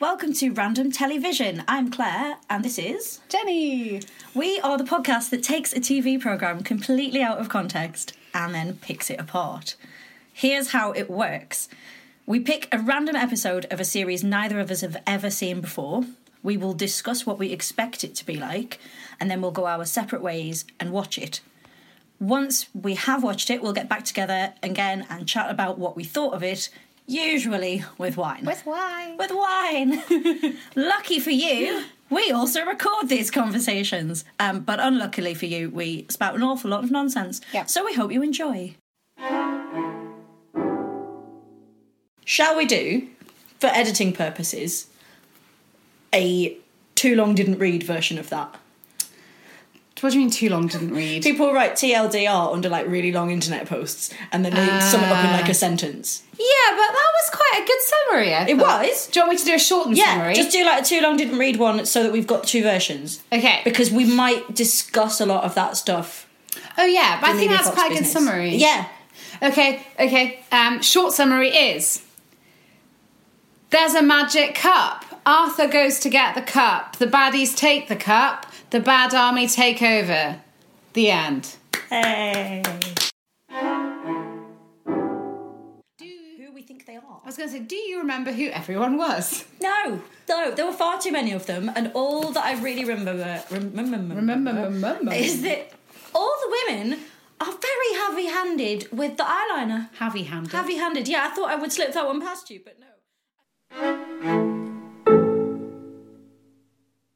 Welcome to Random Television. I'm Claire, and this is. Jenny! We are the podcast that takes a TV programme completely out of context and then picks it apart. Here's how it works we pick a random episode of a series neither of us have ever seen before. We will discuss what we expect it to be like, and then we'll go our separate ways and watch it. Once we have watched it, we'll get back together again and chat about what we thought of it, usually with wine With why? with wine. Lucky for you, we also record these conversations. Um, but unluckily for you, we spout an awful lot of nonsense. Yep. So we hope you enjoy. Shall we do, for editing purposes, a too long didn't read version of that? What do you mean too long didn't read? People write TLDR under like really long internet posts and then they sum it up in like a sentence. Yeah, but that was quite a good summary, I It thought. was. Do you want me to do a shortened Yeah, summary? just do like a too long didn't read one so that we've got two versions. Okay. Because we might discuss a lot of that stuff. oh, yeah, but I in think the that's Fox quite a good business. summary. Yeah. Okay, okay. Um, short summary is There's a magic cup. Arthur goes to get the cup. The baddies take the cup. The bad army take over. The end. Hey. Who we think they are? I was going to say, do you remember who everyone was? No, no, there were far too many of them, and all that I really remember, remember, Remember, remember. is that all the women are very heavy-handed with the eyeliner. Heavy handed. Heavy-handed, yeah. I thought I would slip that one past you, but no.